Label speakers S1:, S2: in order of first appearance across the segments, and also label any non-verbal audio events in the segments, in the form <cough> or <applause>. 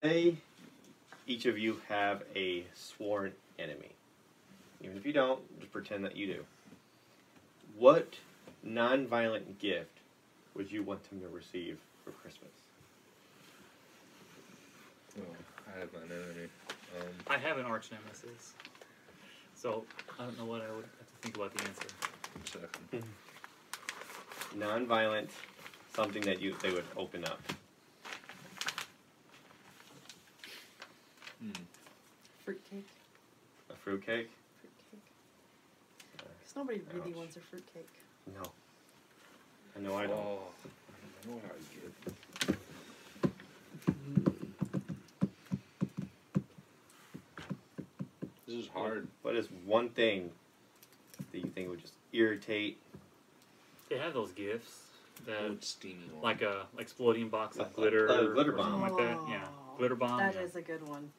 S1: Say each of you have a sworn enemy. Even if you don't, just pretend that you do. What nonviolent gift would you want them to receive for Christmas?
S2: Well, I have an enemy. Um,
S3: I have an arch nemesis. So I don't know what I would have to think about the answer.
S2: one second.
S1: Nonviolent, something that you they would open up.
S2: Hmm.
S4: Fruitcake.
S1: A fruitcake?
S4: Fruitcake. Because nobody really
S1: Ouch.
S4: wants a fruitcake.
S1: No. I know I don't.
S2: Oh, I know what I would give. This is hard.
S1: What is one thing that you think would just irritate?
S3: They have those gifts
S2: I
S3: that
S2: would Oh, steamy one.
S3: like a exploding box
S1: A-
S3: of glitter,
S1: a glitter
S3: or
S1: bomb.
S3: something like that. Yeah,
S4: Oh,
S3: glitter bomb.
S4: That
S3: yeah.
S4: is a good one.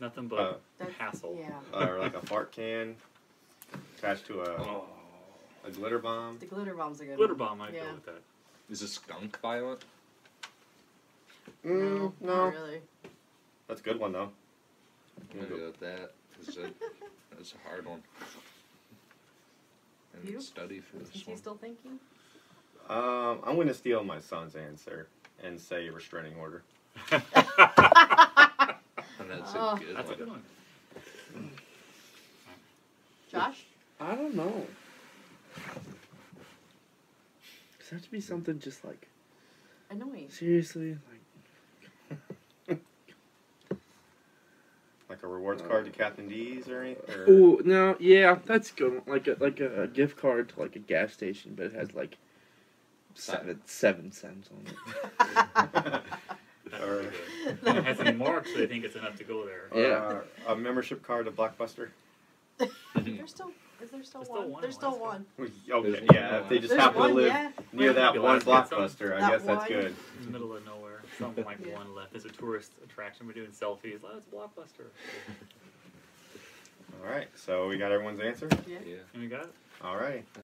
S3: nothing
S1: Uh,
S3: but
S4: That's,
S3: hassle.
S4: Yeah.
S1: or like a fart can attached to a,
S2: Oh.
S1: a glitter bomb?
S4: The glitter bomb's a good
S3: Glitter
S4: one.
S3: bomb might
S4: Yeah.
S3: go with that.
S2: Is it skunk violent?
S1: Mm, no.
S4: Not really.
S1: That's a good one though.
S2: I'm gonna go with that. 'cause that- that's a hard one. And
S4: You?
S2: study for this
S4: Is he
S2: one.
S4: still thinking?
S1: Um, I'm going to steal my son's answer and say restraining order.
S2: and that's
S4: Oh.
S2: a good
S3: That's a
S2: one.
S3: good one.
S4: Josh?
S5: I don't know. Does it have to be something just like
S3: <laughs>
S4: Annoying. <laughs>
S5: seriously? Like
S1: Like a rewards card to
S4: Uh.
S1: Captain D's or anything? Or <laughs>
S5: oh no, yeah, that's a good. one. Like a like a, gift card to like a gas station, but it has like seven seven cents on it.
S4: <laughs>
S3: That
S1: Or-
S3: would be good. And it has any marks, they think it's enough to go there.
S1: or
S5: Yeah.
S1: a membership card to Blockbuster? <laughs>
S2: <laughs>
S4: There's still. Is there still
S3: There's still
S4: one?
S3: one
S4: There's
S3: in
S4: still
S3: Alaska.
S4: one.
S1: Okay,
S2: one
S1: yeah, if they just
S4: There's
S1: happen
S4: one,
S1: to live
S4: yeah.
S1: near that
S3: Yeah,
S1: one
S3: like that some-
S1: Blockbuster, I
S4: that
S1: guess that's
S4: one.
S1: good.
S3: In the middle of nowhere, something like
S4: Yeah.
S3: one left. It's a tourist attraction. We're doing selfies. Oh, it's Blockbuster.
S1: All right, so we got everyone's answer?
S4: Yeah.
S2: Yeah.
S3: And we got it.
S1: All right.